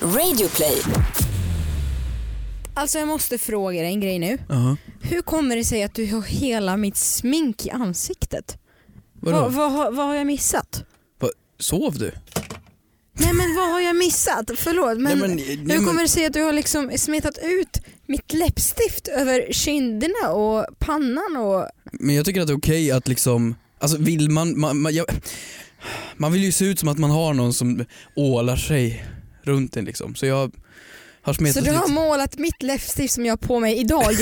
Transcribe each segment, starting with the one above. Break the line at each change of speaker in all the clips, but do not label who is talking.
Radioplay.
Alltså jag måste fråga dig en grej nu.
Jaha.
Hur kommer det sig att du har hela mitt smink i ansiktet?
Vadå?
Vad, vad, har- vad har jag missat?
Va, sov du?
Nej men vad har jag missat? Förlåt men,
Nej, men- nej,
hur
men-
kommer det sig att du har liksom smetat ut mitt läppstift över kinderna och pannan och...
Men jag tycker att det är okej att liksom, alltså vill man, man, man, jag, man vill ju se ut som att man har någon som ålar sig runt en liksom. Så jag har
Så
smetat
du har
lite-
målat mitt läppstift som jag har på mig idag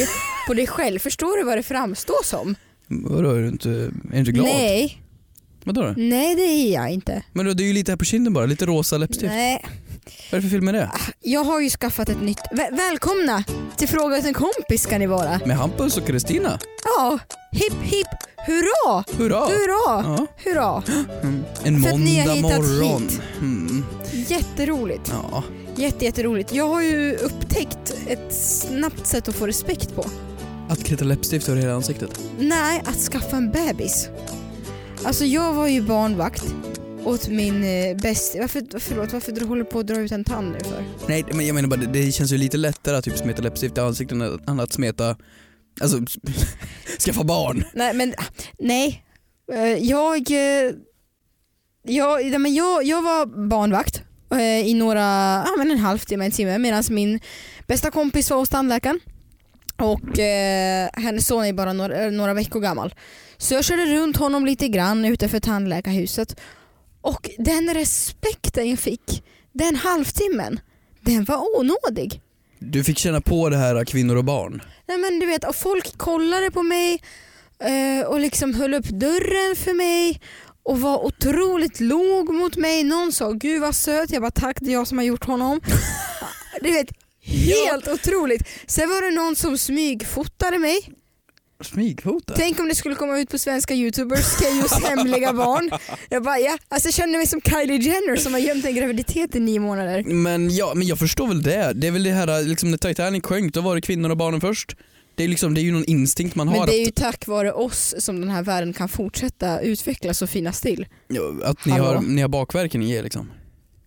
på dig själv. Förstår du vad det framstår som?
Vadå, är du inte, är du inte glad?
Nej, Mm.
Vadå då?
nej det är jag inte.
Men då, det är ju lite här på kinden bara, lite rosa läppstift.
Nej.
Vad är det för fel med det?
Jag har ju skaffat ett nytt... Väl- välkomna till Fråga åt en kompis ska ni vara.
Med Hampus och Kristina?
Ja, hipp hipp hurra!
Hurra!
Hurra!
Ja. Mm.
Hurra!
En
För att ni har
måndag
hittat
morgon.
hit.
Mm.
Jätteroligt.
Ja.
Jätte, jätteroligt. Jag har ju upptäckt ett snabbt sätt att få respekt på.
Att krita läppstift över hela ansiktet.
Nej, att skaffa en bebis. Alltså jag var ju barnvakt åt min eh, bäst... Varför, förlåt, varför du håller på att dra ut en tand nu för?
Nej men jag menar bara det, det känns ju lite lättare att typ smeta läppstift i ansiktet än att smeta, alltså skaffa barn.
Nej, men nej. Eh, Jag, eh, jag, nej, men jag, jag var barnvakt eh, i några, ja men en halvtimme, en timme medan min bästa kompis var hos tandläkaren. Och eh, hennes son är bara några, eh, några veckor gammal. Så jag körde runt honom lite grann utanför tandläkarhuset. Och den respekten jag fick den halvtimmen, den var onådig.
Du fick känna på det här kvinnor och barn.
Nej men du vet, och folk kollade på mig eh, och liksom höll upp dörren för mig och var otroligt låg mot mig. Någon sa “Gud vad söt”, jag bara “Tack, det är jag som har gjort honom”. du vet, helt otroligt. Sen var det någon som smygfotade mig.
Smygfota?
Tänk om det skulle komma ut på svenska youtubers, Keyyos hemliga barn. Jag bara ja, alltså jag känner mig som Kylie Jenner som har gömt en graviditet i nio månader.
Men ja, men jag förstår väl det. Det är väl det här liksom när Titanic sjönk, då var det kvinnor och barnen först. Det är, liksom, det är ju någon instinkt man har
Men det är
att,
ju tack vare oss som den här världen kan fortsätta utvecklas och finnas till.
ja, att ni,
Hallå?
har, ni har bakverken i er liksom.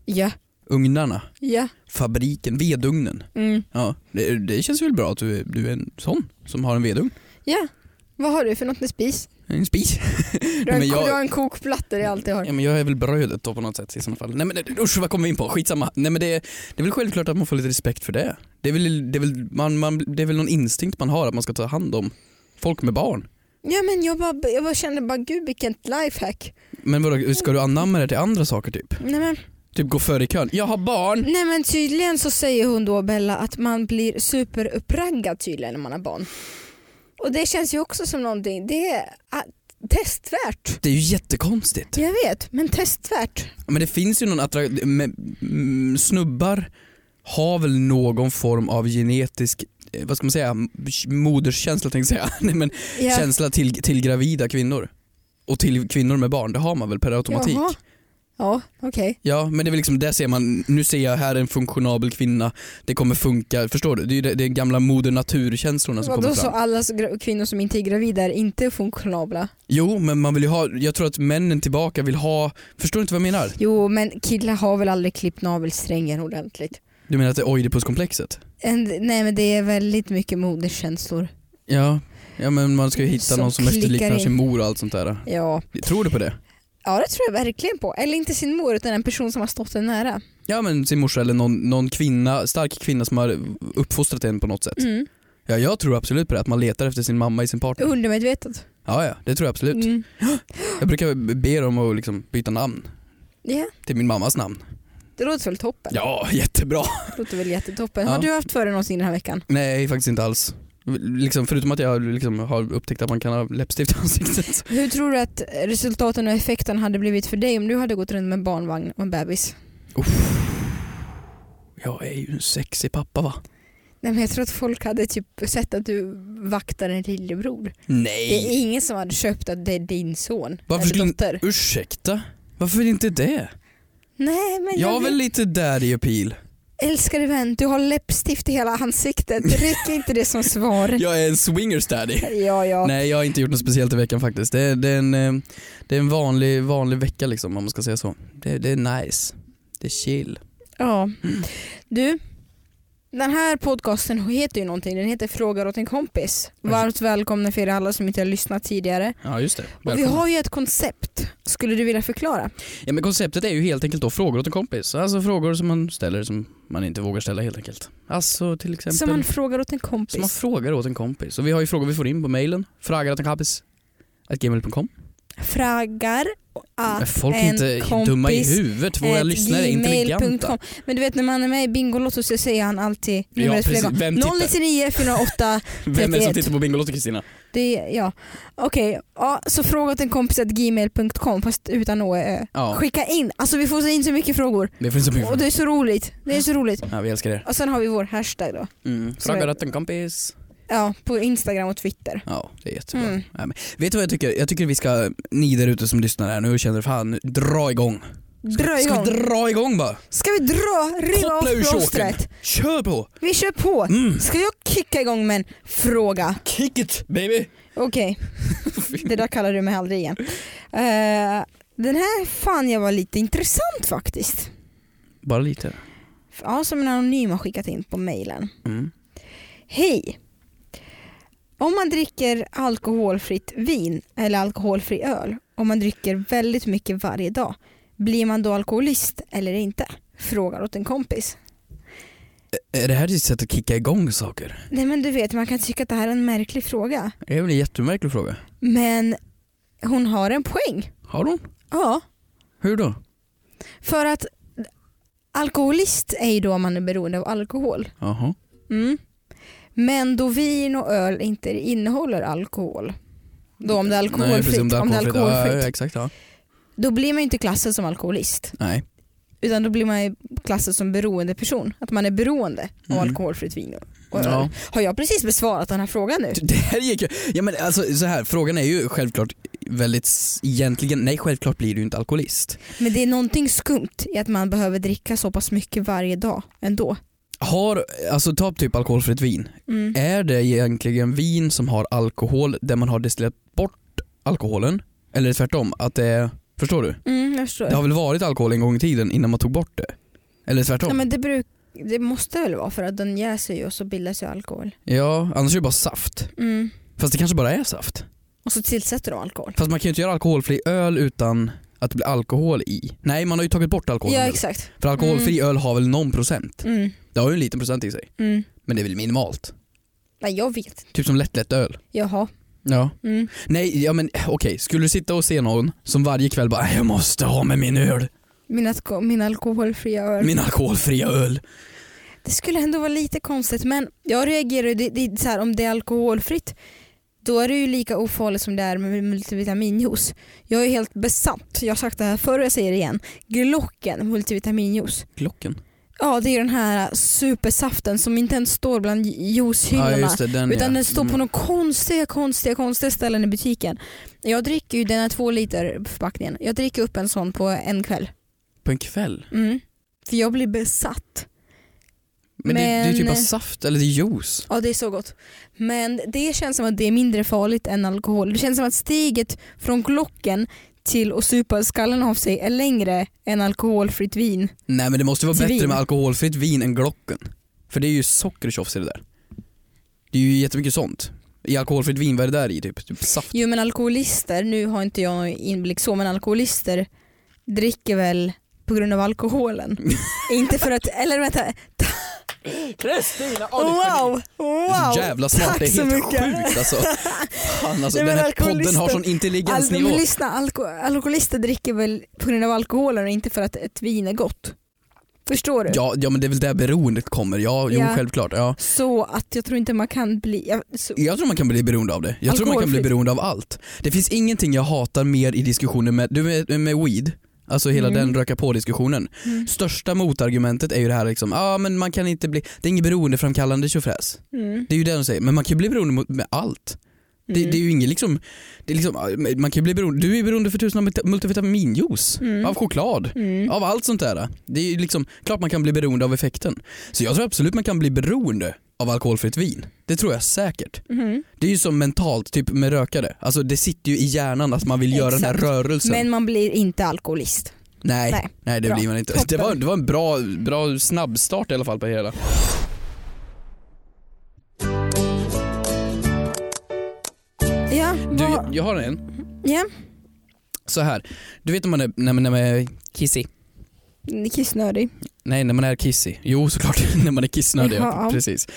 Ja,
Ugnarna,
ja.
fabriken, vedugnen.
Mm.
Ja, det, det känns väl bra att du, du är en sån som har en vedugn.
Ja, vad har du för något med spis?
En spis.
Du
Nej,
har,
men
en,
jag-
du har en kokplatta, det är allt jag har.
Ja, men jag är väl brödet då på något sätt i sådana fall. Nej men det- usch vad kommer vi in på? Skitsamma. Nej men det, det är väl självklart att man får lite respekt för det. Det är väl, det är väl, man, man, det är väl någon instinkt man har att man ska ta hand om folk med barn.
Ja men jag, bara, jag bara kände bara gud vilket lifehack.
Men vadå, ska du anamma det till andra saker typ?
Nej men,
Typ gå före i kön. Jag har barn!
nej men tydligen så säger hon då Bella att man blir superuppraggad tydligen när man har barn. Och det känns ju också som någonting, det är ah, testvärt.
Det är ju jättekonstigt.
Jag vet, men testvärt.
Men det finns ju någon attraktion, snubbar har väl någon form av genetisk, eh, vad ska man säga, moderskänsla tänkte jag säga. Nej, men
Ja.
känsla till, till gravida kvinnor. Och till kvinnor med barn, det har man väl per automatik.
Jaha. Ja, okej.
Ja men det är väl liksom, där ser man, nu ser jag här en funktionabel kvinna, det kommer funka, förstår du? Det är ju det, det är gamla moder natur-känslorna som kommer
Vadå
fram.
så alla s- gra- kvinnor som inte är gravida är inte funktionabla?
Jo men man vill ju ha, jag tror att männen tillbaka vill ha, förstår du inte vad jag menar?
Jo men killar har väl aldrig klippt navelsträngen ordentligt?
Du menar att det är Oidipuskomplexet?
En, nej men det är väldigt mycket moderskänslor.
Ja, ja men man ska ju hitta
Som
någon som
klickar
efterliknar
in.
sin mor och allt sånt där.
Ja.
Tror du på det?
ja, det tror jag verkligen på. Eller inte sin mor utan en person som har stått en nära.
Ja men sin morsa eller någon, någon kvinna, stark kvinna som har uppfostrat en på något sätt.
Mm.
Ja jag tror absolut på det, att man letar efter sin mamma i sin partner.
Undermedvetet.
Ja ja, det tror jag absolut.
Mm.
Jag brukar be dem att liksom byta namn
Ja,
till min mammas namn.
det låter väl toppen.
Ja, jättebra.
Det låter väl jättetoppen.
Ja.
Har du haft för dig någonting den här veckan?
Nej, faktiskt inte alls. Liksom, förutom att jag liksom har upptäckt att man kan ha läppstift i ansiktet.
Hur tror du att resultaten och effekten hade blivit för dig om du hade gått runt med en barnvagn och en bebis?
Jag är ju en sexig pappa va?
Nej, men jag tror att folk hade typ sett att du vaktar en lillebror. Det
Nej!
är ingen som hade köpt att det är din son
Varför
eller
skulle-
dotter.
Ursäkta? Varför inte det?
Nej, men
Jag
jag,
har väl lite daddy appeal.
Älskade vän, du har läppstift i hela ansiktet. Räcker inte det som svar?
Jag är en swingers daddy.
Ja, ja.
Nej jag har inte gjort något speciellt i veckan faktiskt. Det är, det är, en, eh, det är en vanlig, vanlig vecka liksom om man ska säga så. Det, det är nice. Det är chill.
Ja. Du, den här podcasten heter ju någonting. Den heter Frågar åt en kompis. Varmt välkomna för er alla som inte har lyssnat tidigare.
Ja just det.
Och vi
Välkommen.
har ju ett koncept. Skulle du vilja förklara?
Ja, men konceptet är ju helt enkelt då frågor åt en kompis. Alltså frågor som man ställer som man inte vågar ställa helt enkelt. Alltså till exempel.
Som man frågar åt en
som man
kompis.
frågar åt en kompis. Och vi har ju frågor vi får in på mailen. Frågar åt en kompis. Att gmail.com.
Frågar
Men
att
folk är
en
inte
kompis
dumma i huvudet. Våra
at
lyssnare är intelligenta.
gmail.com. Men du vet när man är med i Bingolotto så säger han alltid
Ja,
numret flera gånger.
precis. Vem tittar?
099 408
Vem är det som
31?
tittar på Bingolotto Kristina?
det, är- ja. Okej, ja, så fråga åt en kompis att gmail.com fast utan å. ö.
Ja,
Skicka in, alltså vi får så in så mycket frågor.
det finns så mycket
Och det är så roligt. Det är så roligt.
Ja, vi älskar er.
Och sen har vi vår hashtag då.
Mm.
Så-
Frågar åt en kompis.
Ja, på Instagram och Twitter.
Ja, det är jättebra.
Mm.
Ja, men, vet du vad jag tycker? Jag tycker vi ska, ni där ute som lyssnar här nu känner fan, dra igång.
Dra
Ska
igång.
vi dra igång bara?
Ska vi dra, riva
Koppla ur
av
choken.
plåstret?
Kör på!
Vi kör på.
Mm.
Ska jag kicka igång med en fråga?
Kick it baby!
Okej, det där kallar du mig aldrig igen. Eh, den här fan jag var lite intressant faktiskt.
Bara lite.
Ja, som en anonym har skickat in på mejlen.
Mm.
Hej! Om man dricker alkoholfritt vin eller alkoholfri öl och man dricker väldigt mycket varje dag, blir man då alkoholist eller inte? Frågar åt en kompis.
Är det här ditt sätt att kicka igång saker?
Nej men du vet, man kan tycka att det här är en märklig fråga.
Det är väl en jättemärklig fråga.
Men hon har en poäng.
Har hon?
Ja,
Hur då?
för att alkoholist är ju då om man är beroende av alkohol.
Jaha.
Mm. Men då vin och öl inte innehåller alkohol, då om det är
Nej, precis,
alkoholfritt,
om det är
om det är
alkoholfritt. Ja,
alkoholfritt
ja, exakt, ja.
då blir man ju inte klassad som alkoholist
Nej.
utan då blir man ju klassad som beroendeperson. Att man är beroende av
Mm.
alkoholfritt vin. Och öl.
Ja.
Har jag precis besvarat den här frågan nu?
Det här gick ju... Ja men alltså så här, frågan är ju självklart väldigt s- egentligen, nej självklart blir du inte alkoholist.
Men det är någonting skumt i att man behöver dricka så pass mycket varje dag ändå.
Har, alltså ta typ alkoholfritt vin.
Mm.
Är det egentligen vin som har alkohol där man har destillerat bort alkoholen? Eller är det tvärtom? Att det är, förstår du?
Mm, jag förstår.
Det har väl varit alkohol en gång i tiden innan man tog bort det? Eller tvärtom?
Ja,
Ja,
men det, bruk, det måste väl vara för att den jäser ju och så bildas ju alkohol.
annars är det bara saft.
Mm.
Fast det kanske bara är saft.
Och så tillsätter du alkohol.
Fast man kan ju inte göra alkoholfri öl utan att det blir alkohol i. Nej, man har ju tagit bort alkoholen.
Ja mm.
nu.
exakt.
För alkoholfri öl har väl någon procent?
Mm.
Det har ju en liten procent i sig.
Mm.
Men det är väl minimalt?
Nej jag vet.
Typ som lättlätt öl.
Jaha.
Ja.
Mm.
Nej, ja men okej. Skulle du sitta och se någon som varje kväll bara “Jag måste ha med min öl,
Min, alko- min alkoholfria öl.
min alkoholfria öl”.
Det skulle ändå vara lite konstigt men jag reagerar ju, det, det, är så här, om det är alkoholfritt då är det ju lika ofarligt som det är med multivitaminjuice. Jag är helt besatt, jag har sagt det här förr och jag säger det igen. Glocken multivitaminjuice.
Glocken.
Ja det är den här supersaften som inte ens står bland juicehyllorna.
det, den
utan
ja. Mm.
den står på några konstiga, konstiga, konstiga ställen i butiken. Jag dricker ju den här två liter förpackningen. Jag dricker upp en sån på en kväll.
På en kväll.
Mm. För jag blir besatt.
Men, Det, det är ju typ
Men-
bara saft eller det är juice.
Ja det är så gott. Men det känns som att det är mindre farligt än alkohol. Det känns som att steget från Glocken till att supa skallen av sig är längre än alkoholfritt vin.
Nej men det måste vara
Till
bättre
vin.
med alkoholfritt vin än Glocken. För det är ju sockertjofs i det där. Det är ju jättemycket sånt. I alkoholfritt vin, vad är det där i typ? typ saft?
Jo men alkoholister, nu har inte jag någon inblick så, men alkoholister dricker väl på grund av alkoholen. inte för att, eller vänta.
Kristina
Wow!
Du är
Wow!
så jävla smart,
Tack
det är
så
helt
mycket.
sjukt alltså. Fan, alltså
Nej, men
den här podden har
alkoholister-
sån
Al-
intelligensnivå.
men lyssna, alko alkoholister dricker väl på grund av alkoholen och inte för att ett vin är gott. Förstår du?
Ja, ja men det är väl där beroendet kommer, ja, jo
Ja.
självklart. Ja.
Så att jag tror inte man kan bli... ja, så,
Jag tror man kan bli beroende av det. Jag tror man kan bli
Alkoholfritt.
beroende av allt. Det finns ingenting jag hatar mer i diskussioner med, du vet, med weed, alltså hela
Mm.
den röka på diskussionen.
Mm.
Största motargumentet är ju det här liksom, ja ah, men man kan inte bli, det är inget beroendeframkallande tjofräs.
mm,
Det är ju det de säger, men man kan ju bli beroende mot- med allt. Det,
mm.
det är ju inget liksom, det är liksom, man kan ju bli beroende, du är beroende för tusen av multi- multivitaminjuice,
Mm.
av choklad.
Mm.
Av allt sånt där. Det är ju liksom, klart man kan bli beroende av effekten. Så jag tror absolut man kan bli beroende av alkoholfritt vin. Det tror jag säkert.
Mhm.
Det är ju som mentalt, typ med rökare. Alltså det sitter ju i hjärnan att man vill göra den här
Exakt.
rörelsen.
Men man blir inte alkoholist.
Nej,
Nej.
nej, det
Bra.
blir man inte.
Toppen.
Det var, det var en bra, bra snabbstart i alla fall på hela.
Ja,
Du,
vad-
jag har en.
ja.
Så här. Du vet när man är, när man, när man är kissig?
Ni är kissnödig.
Nej, när man är kissig. Jo, såklart. när man är kissnödig.
Ja.
Ja. Precis.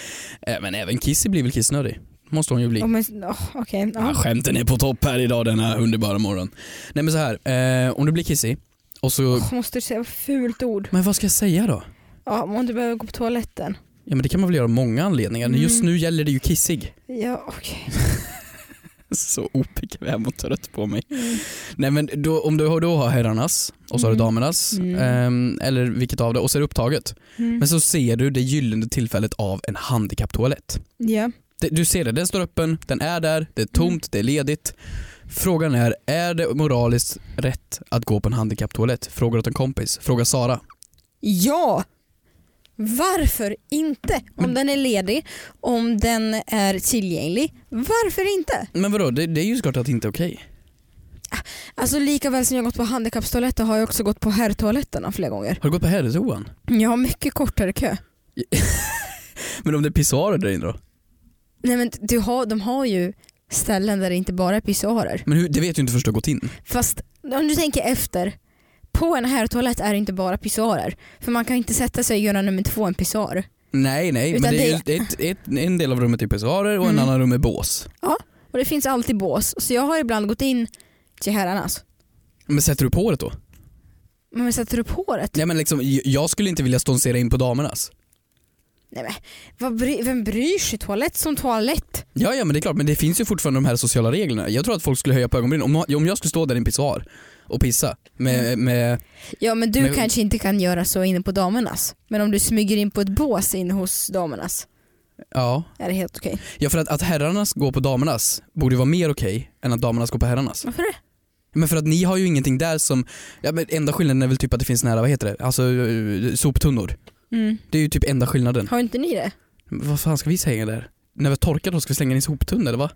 Eh, Men även kissig blir väl kissnödig? Måste hon ju bli.
Oh, men, åh, okej.
Ja,
ja.
skämten är på topp här idag denna underbara morgon. Nej men så här, eh, om du blir kissig och så...
Åh, Måste du säga fult ord?
Men vad ska jag säga då?
Ja, om du behöver gå på toaletten.
Ja men det kan man väl göra av många anledningar.
Mm.
Just nu gäller det ju kissig.
Ja, okej.
Så obekväm och trött på mig. Nej men då, om du har- då har herrarnas och så har du
Mm.
damernas,
Mm.
ehm, eller vilket av det, och så är det upptaget.
Mm.
Men så ser du det gyllene tillfället av en handikapptoalett.
Ja.
Det- Du ser det, den står öppen, den är där, det är tomt,
Mm.
det är ledigt. Frågan är, är det moraliskt rätt att gå på en handikapptoalett? Frågar åt en kompis, fråga Sara.
Ja! Varför inte? Om
Men-
den är ledig, om den är tillgänglig. Varför inte?
Men vadå, det, det är ju såklart att det inte är okej.
Alltså lika väl som jag gått på handikappstoaletter har jag också gått på herrtoaletterna flera gånger.
Har du gått på herrtoan?
Jag har mycket kortare kö.
Men om det är pissoarer där inne då?
Nej men du har, de har ju ställen där det inte bara är pissoarer.
Men hur, det vet du inte först du har gått in.
Fast om du tänker efter, på en herrtoalett är det inte bara pissoarer. För man kan inte sätta sig och göra nummer två en pissoar.
Nej nej,
Utan
men det är, ju
det-
ett, ett, en del av rummet är pissoarer och
Mm.
en annan rum är bås.
Och det finns alltid bås. Så jag har ibland gått in till herrarnas.
Men sätter du på håret då?
Men jag sätter upp håret.
Nej men liksom, j- jag skulle inte vilja stonsera in på damernas.
Nej men, vad bry, vem bryr sig? Toalett som toalett.
Ja ja men det är klart, men det finns ju fortfarande de här sociala reglerna. Jag tror att folk skulle höja på ögonbrynen. Om, om jag skulle stå där i en pissoar och pissa med, med
Ja men du
Men-
kanske inte kan göra så inne på damernas. Men om du smyger in på ett bås inne hos damernas
ja.
är det helt okej.
ja för att, att herrarnas går på damernas borde ju vara mer okej än att damernas går på herrarnas.
Varför det?
Men för att ni har ju ingenting där som, ja men enda skillnaden är väl typ att det finns nära, vad heter det, alltså eh, soptunnor.
Mm.
Det är ju typ enda skillnaden.
Har inte ni det?
Men Vad fan ska vi slänga där? När vi torkar då, ska vi slänga den i soptunnan eller va?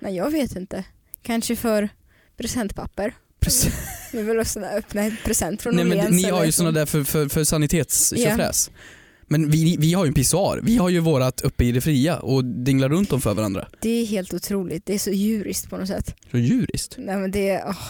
Nej jag vet inte. Kanske för presentpapper.
Precis.
Vi vill också öppna en present från
Nej men
Åhléns
ni har
eller från-
ju sådana där för, för, för sanitetstjofräs. Men vi, vi har ju en pissoar, vi har ju vårat uppe i det fria och dinglar runt dem för varandra.
Det är helt otroligt. Det är så djuriskt på något sätt.
Så djuriskt.
Nej men det, åh,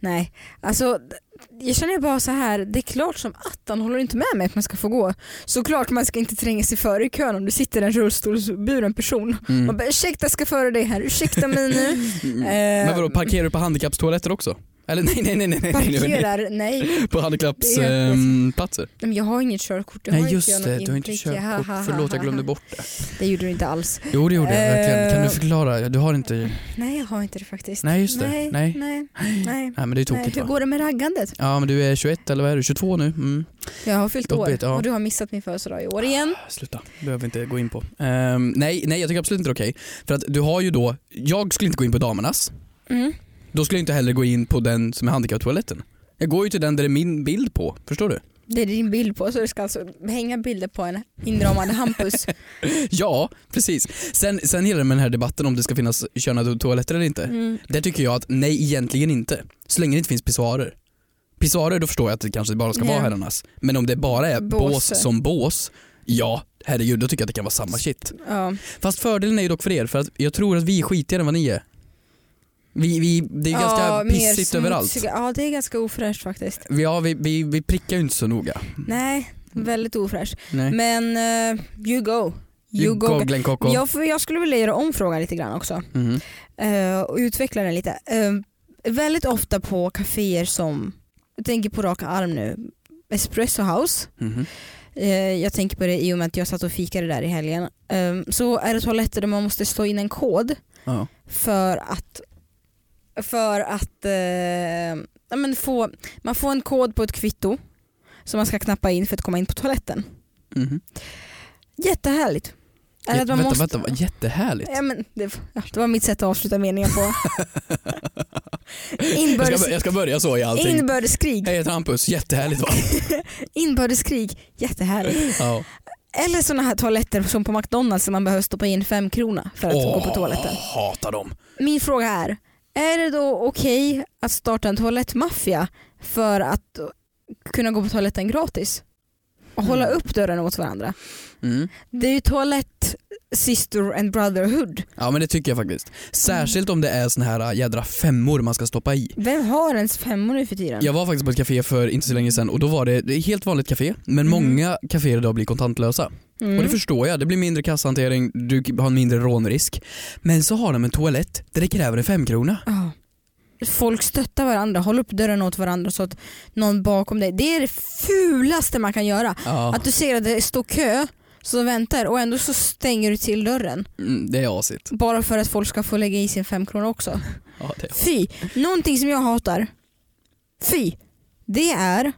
nej. Alltså d- jag känner bara så här, det är klart som attan håller du inte med mig att man ska få gå. Såklart man ska inte tränga sig före i kön om du sitter en rullstolsburen person. Man
Mm.
bara ursäkta jag ska före dig här, ursäkta mig nu. Eh,
Men vadå, parkerar du på handikappstoaletter också? Eller nej nej nej nej, nej. nej, nej, nej.
Parkerar, nej. nej.
På ehm,
Det är-
handikappsplatser?
Men jag har inget körkort, jag har
Nej
inte
just
jag
det,
något
du har inte
intyg. Ja,
körkort.
ha, ha,
Förlåt jag
ha,
glömde
ha.
bort det.
Det gjorde du inte alls.
Jo det gjorde jag verkligen. Kan
Eh.
du förklara? Du har inte...
Nej jag har inte det faktiskt.
Nej just det.
Nej,
Nej.
nej,
Nej,
nej.
men det är
nej.
tokigt
Hur
va?
går det med raggandet?
Ja men du är 21 eller vad är du? 22 nu? Mm.
Jag har fyllt
Jobbigt,
år
ja.
och du har missat min födelsedag i år igen.
Äh, Sluta, behöver vi inte gå in på. Ehm, nej, nej jag tycker absolut inte det är okej. För att du har ju då, jag skulle inte gå in på damernas.
Mm.
Då skulle jag inte heller gå in på den som är handikapptoaletten. Jag går ju till den där det är min bild på, förstår du?
Det är din bild på, så du ska alltså hänga bilder på en inramad Hampus.
Ja, precis. Sen, sen hela den här debatten om det ska finnas könade toaletter eller inte.
Mm.
Där tycker jag att nej, egentligen inte. Så länge det inte finns pissoarer. Pissoarer, då förstår jag att det kanske bara ska
Ja.
vara herrarnas. Men om det bara är bås,
Båse.
som bås, ja, herregud, då tycker jag att det kan vara samma shit.
Ja.
Fast fördelen är ju dock för er, för att jag tror att vi är skitigare än vad ni är. Vi, vi, det är
Ja,
ganska
mer
pissigt
smutsiga-
överallt.
Ja, det är ganska ofräscht faktiskt.
Vi- Ja, vi, vi, vi prickar ju inte så noga.
Nej, väldigt ofräscht.
Mm. Nej.
Men eh, you go. You, go.
Glenn Coco.
Jag, får- jag skulle vilja göra om frågan lite grann också
Mhm.
eh, och utveckla den lite. Eh, väldigt ofta på kaféer som, jag tänker på raka arm nu, Espresso House
Mhm.
Eh, jag tänker på det i och med att jag satt och fikade där i helgen. Eh, så är det toaletter där man måste slå in en kod
Ja.
för att, för att eh, ja, men få, man får en kod på ett kvitto som man ska knappa in för att komma in på toaletten.
Mhm.
Jättehärligt. Eller
Ja,
att man
vänta,
måste-
vänta, vad jättehärligt.
Ja, men det, ja, det var mitt sätt att avsluta meningen på.
Jag ska, bör-
Inbördes,
jag ska börja så i allting.
inbördeskrig.
Hej jag heter Hampus, jättehärligt va?
Inbördeskrig. Jättehärligt.
Ja.
Eller sådana här toaletter som på McDonalds där man behöver stoppa in fem krona för att gå på toaletten.
Hatar dem.
Min fråga är, är det då okej att starta en toalettmaffia för att kunna gå på toaletten gratis. Och hålla upp dörren åt varandra.
Mm.
Det är ju toalett, sister and brotherhood.
Ja men det tycker jag faktiskt. Särskilt om det är såna här äh, jädra femmor man ska stoppa i.
Vem har ens femmor nu för tiden?
Jag var faktiskt på ett café för inte så länge sedan och då var det, det är ett helt vanligt café men
Mm.
många kaféer idag blir kontantlösa.
Mm.
Och det förstår jag, det blir mindre kasshantering, du har en mindre rånrisk. Men så har de en toalett där det kräver en femkrona.
Ja. Folk stöttar varandra, håll upp dörren åt varandra så att någon bakom dig. Det är det fulaste man kan göra.
Ja,
Att du ser att det står kö så väntar och ändå så stänger du till dörren.
mm, det är asigt.
Bara för att folk ska få lägga i sin femkrona också.
Ja, det är...
Fy! Någonting som jag hatar. Fy! Det är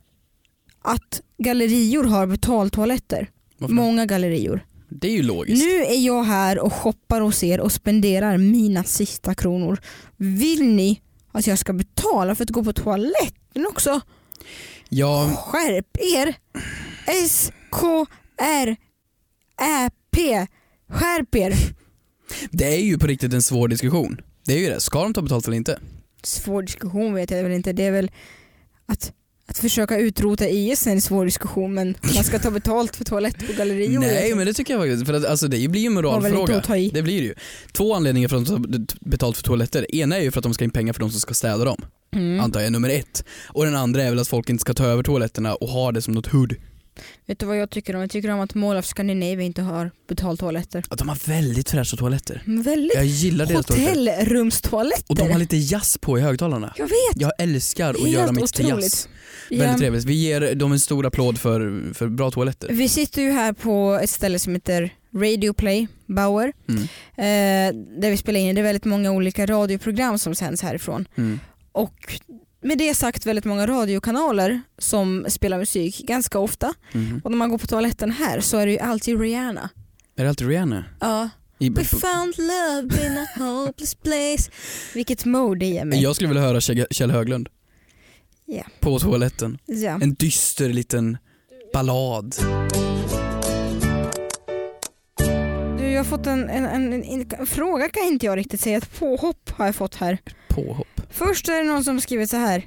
att gallerior har betaltoaletter.
Varför?
Många gallerior.
det är ju logiskt.
Nu är jag här och shoppar hos er och spenderar mina sista kronor. Vill ni att jag ska betala för att gå på toaletten också?
Ja,
Skärp er! S-K-R-Ä-P Skärp er!
det är ju på riktigt en svår diskussion. Det är ju det, ska de ta betalt eller inte?
Svår diskussion vet jag väl inte. Det är väl att, att försöka utrota IS är en svår diskussion men man ska ta betalt för toalett på gallerior.
Nej men det tycker jag faktiskt, för att, alltså, det blir ju en
var väl inte
moralfråga.
att ta i.
Det blir det ju. Två anledningar för att de tar betalt för toaletter. Ena är ju för att de ska in pengar för de som ska städa dem.
Mm.
antar jag, nummer ett. Och den andra är väl att folk inte ska ta över toaletterna och ha det som något hood.
Vet du vad jag tycker om? Jag tycker om att Mall of Scandinavia inte har betaltoaletter.
Att de har väldigt fräscha toaletter.
Väldigt
Jag gillar deras toaletter.
Hotellrumstoaletter.
Och de har lite jazz på i högtalarna.
Jag vet.
Jag älskar att
Helt
göra mitt till
otroligt.
jazz. Väldigt
Jag,
trevligt. Vi ger dem en stor applåd för, för bra toaletter.
vi sitter ju här på ett ställe som heter Radio Play Bauer.
Mm.
Eh, där vi spelar in. Det är väldigt många olika radioprogram som sänds härifrån.
Mm.
Och med det sagt väldigt många radiokanaler som spelar musik ganska ofta.
Mhm.
Och när man går på toaletten här så är det ju alltid Rihanna.
Är det alltid Rihanna?
Ja.
I,
We found love in a hopeless place. Vilket mode det ger mig.
jag skulle vilja höra Kjell Kjell Höglund.
Ja.
På toaletten.
Ja.
En dyster liten ballad.
Du, jag har fått en, en, en, en, en fråga kan inte jag riktigt säga. Ett påhopp har jag fått här.
Påhopp.
Först är det någon som skrivit så här.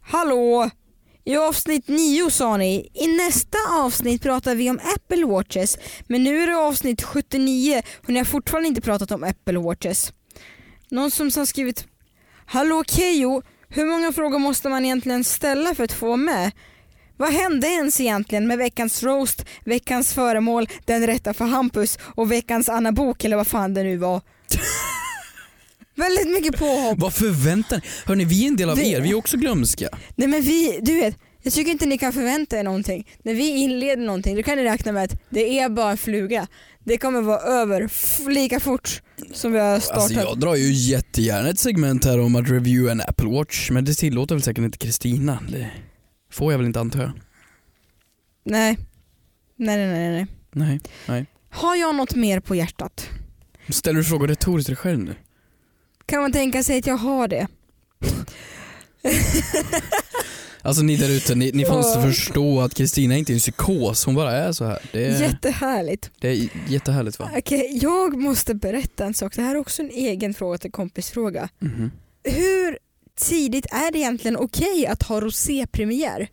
Hallå! I avsnitt 9 sa ni, i nästa avsnitt pratar vi om Apple Watches. Men nu är det avsnitt 79 och ni har fortfarande inte pratat om Apple Watches. Någon som har skrivit Hallå Kejo, hur många frågor måste man egentligen ställa för att få vara med? Vad hände ens egentligen med veckans roast, veckans föremål, den rätta för Hampus och veckans anabok eller vad fan det nu var? Väldigt mycket påhopp.
Vad förväntar ni? Hörni, vi är en del av
Vi-
er. Vi är också glömska.
Nej men vi, du vet, jag tycker inte ni kan förvänta er någonting. När vi inleder någonting då kan ni räkna med att det är bara en fluga. Det kommer vara över f- lika fort som vi har startat.
Alltså jag drar ju jättegärna ett segment här om att review en Apple Watch men det tillåter väl säkert inte Kristina. Det får jag väl inte anta jag.
Nej. Nej, nej, nej, nej.
Nej.
Har jag något mer på hjärtat?
Ställer du frågor retoriskt till dig själv nu?
Kan man tänka sig att jag har det?
Alltså ni där ute, ni, ni får
Ja.
förstå att Kristina inte är en psykos, hon bara är så här. Det är,
Jättehärligt.
det är jättehärligt va?
Okej, jag måste berätta en sak. Det här är också en egen fråga till kompisfråga.
Mhm.
Hur tidigt är det egentligen okej att ha rosépremiär?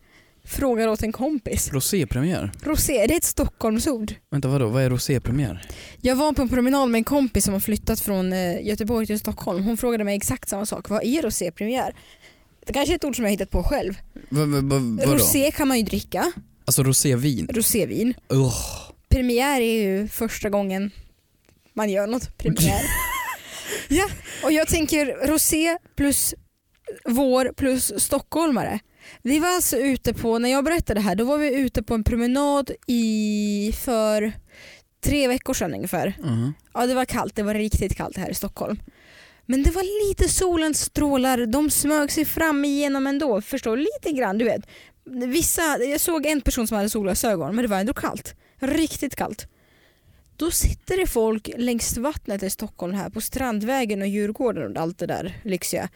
Frågar åt en kompis.
Rosépremiär?
Rosé, är det ett Stockholmsord?
Vänta vadå, vad är rosépremiär?
Jag var på en promenad med en kompis som har flyttat från eh, Göteborg till Stockholm. Hon frågade mig exakt samma sak. Vad är rosépremiär? Det kanske är ett ord som jag hittat på själv.
Va, va, va, vadå?
Rosé kan man ju dricka,
Alltså rosévin?
rosévin.
Ugh.
Premiär är ju första gången man gör något. Premiär. ja, och jag tänker rosé plus vår plus stockholmare. Vi var alltså ute på, när jag berättade det här, då var vi ute på en promenad i för tre veckor sedan ungefär.
Mhm.
Ja det var kallt, det var riktigt kallt här i Stockholm. Men det var lite solens strålar, de smög sig fram igenom ändå. Förstår lite grann, du vet. Vissa, jag såg en person som hade solglasögon men det var ändå kallt. Riktigt kallt. Då sitter det folk längs vattnet i Stockholm här på Strandvägen och Djurgården och allt det där lyxiga.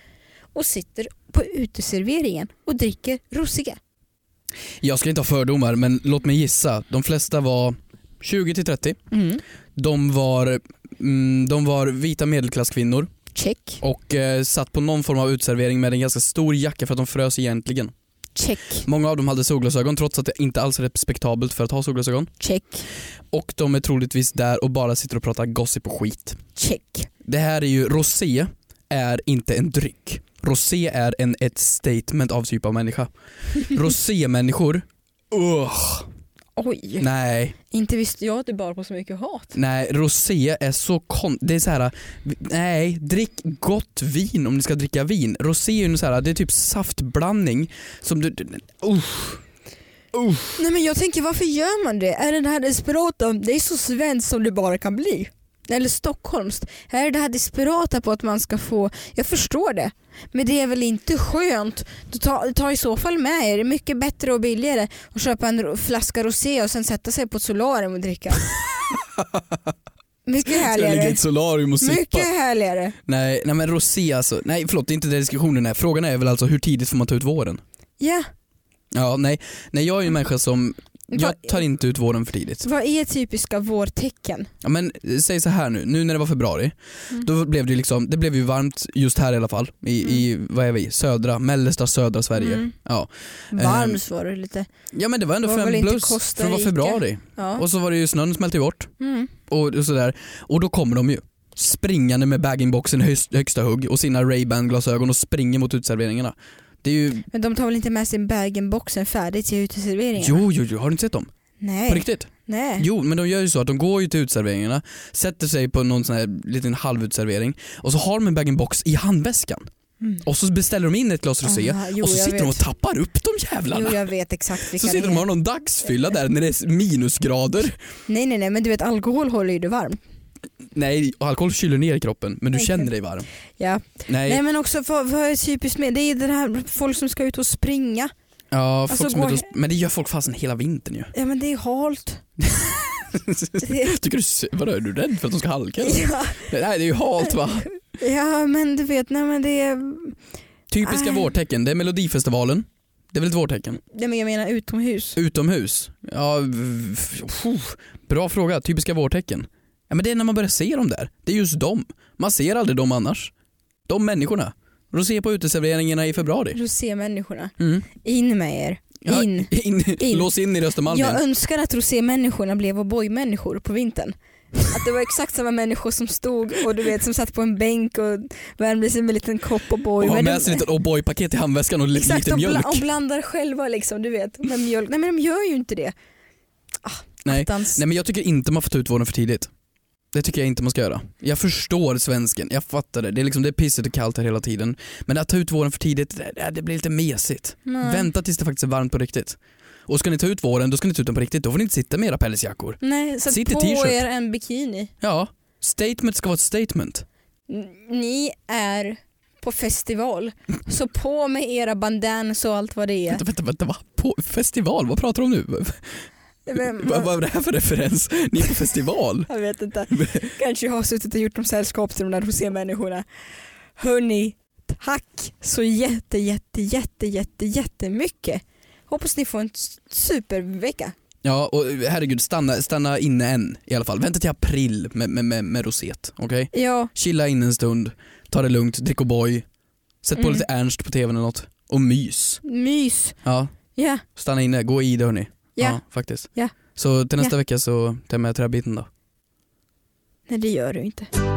Och sitter på uteserveringen och dricker rosé.
Jag ska inte ha fördomar men låt mig gissa, de flesta var 20 till 30 De var, mm, de var vita medelklasskvinnor
Check.
och eh, satt på någon form av utservering med en ganska stor jacka för att de frös egentligen.
Check.
Många av dem hade solglasögon trots att det inte alls är respektabelt för att ha solglasögon.
Check.
Och de är troligtvis där och bara sitter och pratar gossip och skit.
Check.
Det här är ju, rosé är inte en dryck. Rosé är en, ett statement av typ av människa. Rosémänniskor, ugh,
Oj.
nej.
Inte visste jag att du bar på så mycket hat.
Nej, rosé är så kon... Det är så här. nej, drick gott vin om ni ska dricka vin. Rosé är ju en så här, det är typ saftblandning som du, usch. Usch.
Nej men jag tänker varför gör man det? Är det det här desperata? Det är så svenskt som det bara kan bli. Eller stockholmskt. Är det det här desperata på att man ska få... Jag förstår det. Men det är väl inte skönt? Du tar, tar i så fall med er. Det är mycket bättre och billigare att köpa en ro- flaska rosé och sen sätta sig på ett solarium och dricka. mycket härligare.
solarium och
Mycket härligare.
Nej, nej men rosé alltså, nej förlåt det är inte det diskussionen är. Frågan är väl alltså hur tidigt får man ta ut våren?
Ja.
Ja, nej, nej jag är ju en människa som, jag
Vad-
tar inte ut våren för tidigt.
Vad är typiska vårtecken?
Ja, men eh, säg så här nu, nu när det var februari,
Mm.
då blev det ju liksom, det blev ju varmt just här i alla fall. I, i vad är vi, södra, mellersta södra Sverige.
Mm.
Ja. Ehm,
Varmt var det lite.
ja men det var ändå
Var väl
fem
inte
plus
Costa
för det var
Rica?
februari.
Ja.
Och så var det ju snön smälte bort
Mm.
och, och sådär. Och då kommer de ju springande med bag-in-boxen i höst- högsta hugg och sina Ray-Ban glasögon och springer mot uteserveringarna. Det är ju,
Men de tar väl inte med sin bag-in-boxen färdig till uteserveringen?
jo jo jo, har du inte sett dem? På
Nej.
riktigt?
Nej.
Jo, men de gör ju så att de går ju till utserveringarna, sätter sig på någon sån här liten halvutservering och så har de en bag-in-box i handväskan.
Mm.
Och så beställer de in ett glas rosé
Ah, jo,
och så
jag
sitter de
vet.
och tappar upp de jävlarna.
Jo jag vet exakt vilka
så
det
sitter de och
är.
har någon dagsfylla där när det är minusgrader.
Nej nej nej men du vet alkohol håller ju det varmt.
Nej, alkohol kyler ner kroppen men du
Okej.
känner dig varm.
Ja.
Nej,
Nej men också vad, vad är typiskt med det är det här folk som ska ut och springa.
ja, folk
Alltså,
som är ute
gå-
och sp- men det gör folk fasen hela vintern ju.
Ja men det är halt. Det-
Tycker du, sy- vadå, är du rädd för att de ska halka? eller?
ja,
Nej, det är ju halt va.
ja men du vet nej men det är,
Typiska
Ah.
vårtecken, det är melodifestivalen. Det är väl ett vårtecken?
nej men jag menar utomhus.
Utomhus? Ja, v- f- pff, bra fråga. Typiska vårtecken. Ja, men det är när man börjar se dem där. Det är just dem. Man ser aldrig dem annars. De människorna. Rosé på uteserveringarna i februari.
Rosémänniskorna.
Mm.
In med er.
Ja,
In.
in.
In.
Lås in i Östermalm igen.
Jag önskar att rosémänniskorna blev O'boy-människor på vintern. Att det var exakt samma människor som stod och du vet som satt på en bänk och värmde sig med en liten kopp O'boy.
Och har
Men de-
med sig ett O'boy-paket i handväskan och li-
Exakt,
lite
och,
mjölk.
bla- och blandar själva liksom, du vet. Med mjölk. Nej men de gör ju inte det. Ah,
Nej.
Attans.
Nej men jag tycker inte man får ta ut våren för tidigt. Det tycker jag inte man ska göra. Jag förstår svensken, jag fattar det. Det är, liksom, det är pissigt och kallt här hela tiden. Men att ta ut våren för tidigt, det, det blir lite mesigt.
Nej.
Vänta tills det faktiskt är varmt på riktigt. Och ska ni ta ut våren, då ska ni ta ut den på riktigt. Då får ni inte sitta med era pälsjackor.
Nej, sätt
Sitt i
på
t-shirt.
er en bikini.
Ja, statement ska vara ett statement.
N- Ni är på festival, så på med era bandanas och allt vad det är.
Vänta, vänta, vänta, va? På festival? Vad pratar de om nu?
Men,
Vad, vad är det här för referens? Ni är på festival?
jag vet inte. Kanske jag har suttit och gjort dem sällskap till de där rosémänniskorna. Hörni, tack så jätte, jätte, jätte, jätte, jättemycket. Hoppas ni får en s- supervecka.
Ja, och eh, herregud, stanna, stanna inne än i alla fall. Vänta till april med, med, med, med roset, okej?
Ja,
Chilla in en stund, ta det lugnt, drick O'boy, sätt på
Mm.
lite Ernst på tvn eller något och mys.
mys.
Ja,
Ja,
stanna inne, gå i det hörni.
ja.
faktiskt.
Ja.
Så till nästa vecka så tar jag med träbiten då.
Nej det gör du inte.